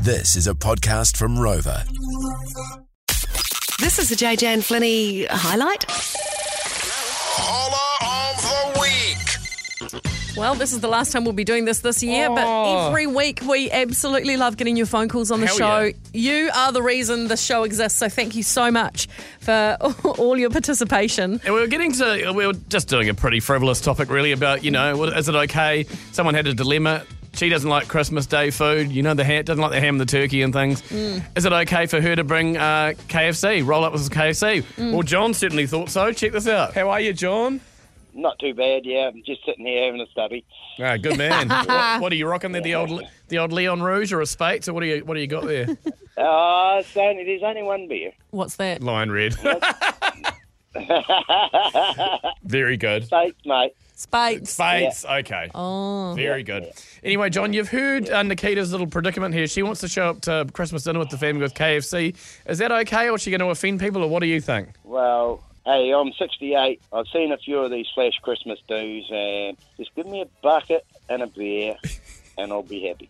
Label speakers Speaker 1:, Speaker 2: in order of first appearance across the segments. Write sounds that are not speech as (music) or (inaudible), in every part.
Speaker 1: This is a podcast from Rover.
Speaker 2: This is the J. Jan Flinney highlight.
Speaker 3: Holla of the week.
Speaker 2: Well, this is the last time we'll be doing this this year, but
Speaker 4: Oh.
Speaker 2: every week we absolutely love getting your phone calls on the
Speaker 4: Hell
Speaker 2: show.
Speaker 4: yeah.
Speaker 2: You are the reason the show exists, so thank you so much for (laughs) all your participation.
Speaker 4: And we were getting to, we were just doing a pretty frivolous topic, really, about, you know, what, is it okay? Someone had a dilemma. She doesn't like Christmas Day food. You know, the ham, doesn't like the ham, the turkey, and things. Is it okay for her to bring uh, KFC, roll up with some KFC? Well, John certainly thought so. Check this out. How are you, John?
Speaker 5: Not too bad, yeah. I'm just sitting here having a stubby.
Speaker 4: Ah, good man. what, what are you rocking there? The old, the old Leon Rouge or a Spate? So what do you, what do you got there?
Speaker 5: Uh, it's only, there's only one beer.
Speaker 2: What's that?
Speaker 4: (laughs) Lion Red. Very good.
Speaker 5: Thanks, mate.
Speaker 2: Spates.
Speaker 4: Bates. Okay. Oh. Very good. Anyway, John, you've heard uh, Nikita's little predicament here. She wants to show up to Christmas dinner with the family with KFC. Is that okay, or is she going to offend people, or what do you think?
Speaker 5: Well, hey, I'm 68. I've seen a few of these flash Christmas do's, and just give me a bucket and a beer, and I'll be happy.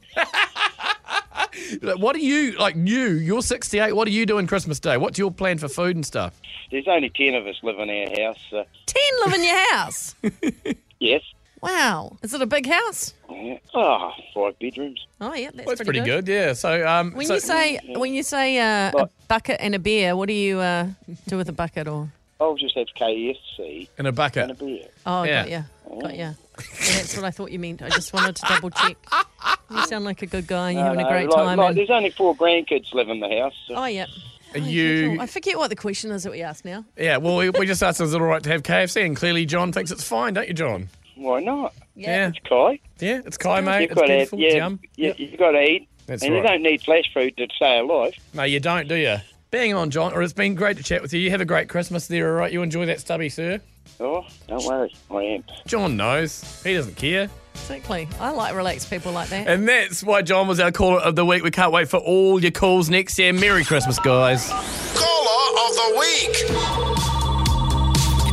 Speaker 4: Like, What do you, like you, you're 68, what are you doing Christmas Day? What's your plan for food and stuff?
Speaker 5: There's only 10 of us live in our house, so
Speaker 2: Ten live in your house.
Speaker 5: yes.
Speaker 2: Wow. Is it a big house?
Speaker 5: Yeah. Oh, five bedrooms.
Speaker 2: Oh yeah, that's
Speaker 4: Well, it's
Speaker 2: pretty, good.
Speaker 4: yeah. So, um,
Speaker 2: When
Speaker 4: so-
Speaker 2: you say when you say uh, a bucket and a beer, what do you uh, do with a bucket or?
Speaker 5: I'll just have KFC
Speaker 4: in a bucket.
Speaker 5: and a beer.
Speaker 2: Oh,
Speaker 4: Yeah.
Speaker 2: got ya. Got ya. Yeah, that's what I thought you meant. I just wanted to double check. You sound like a good guy and you're having
Speaker 5: No,
Speaker 2: a great
Speaker 5: like-
Speaker 2: time.
Speaker 5: like,
Speaker 2: and-
Speaker 5: there's only four grandkids live in the house. So.
Speaker 2: Oh, yeah.
Speaker 4: Are
Speaker 2: Cool. I
Speaker 4: you,
Speaker 2: forget what the question is that we asked now.
Speaker 4: yeah, well, we, we just asked, is it all right to have KFC? And clearly, John thinks it's fine, don't you, John?
Speaker 5: Why not?
Speaker 4: Yeah.
Speaker 5: Kai,
Speaker 4: Yeah, it's Kai, mate.
Speaker 5: you've
Speaker 4: It's
Speaker 5: got to,
Speaker 4: beautiful. It's
Speaker 5: yeah,
Speaker 4: yum.
Speaker 5: yeah, you've got to eat,
Speaker 4: That's
Speaker 5: and you
Speaker 4: right.
Speaker 5: don't need flash food to stay alive.
Speaker 4: No, you don't, do you? Bang on, John. Or it's been great to chat with you. You have a great Christmas there, all right? You enjoy that stubby, sir.
Speaker 5: Oh, don't worry, I am.
Speaker 4: John knows. He doesn't care.
Speaker 2: Exactly. I like relaxed people like that.
Speaker 4: And that's why John was our caller of the week. We can't wait for all your calls next year. Merry Christmas, guys.
Speaker 3: Caller of the week.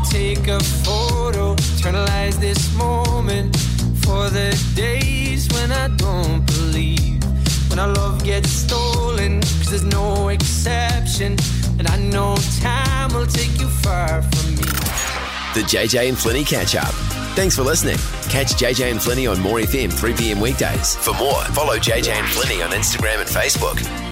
Speaker 6: take a photo, eternalize this moment for the days when I don't believe. When our love gets stolen, cause there's no exception. And I know time will take you far from me.
Speaker 1: The JJ and Flinny catch up. Thanks for listening. Catch JJ and Flinny on More FM 3 p.m. weekdays. For more, follow JJ and Flinny on Instagram and Facebook.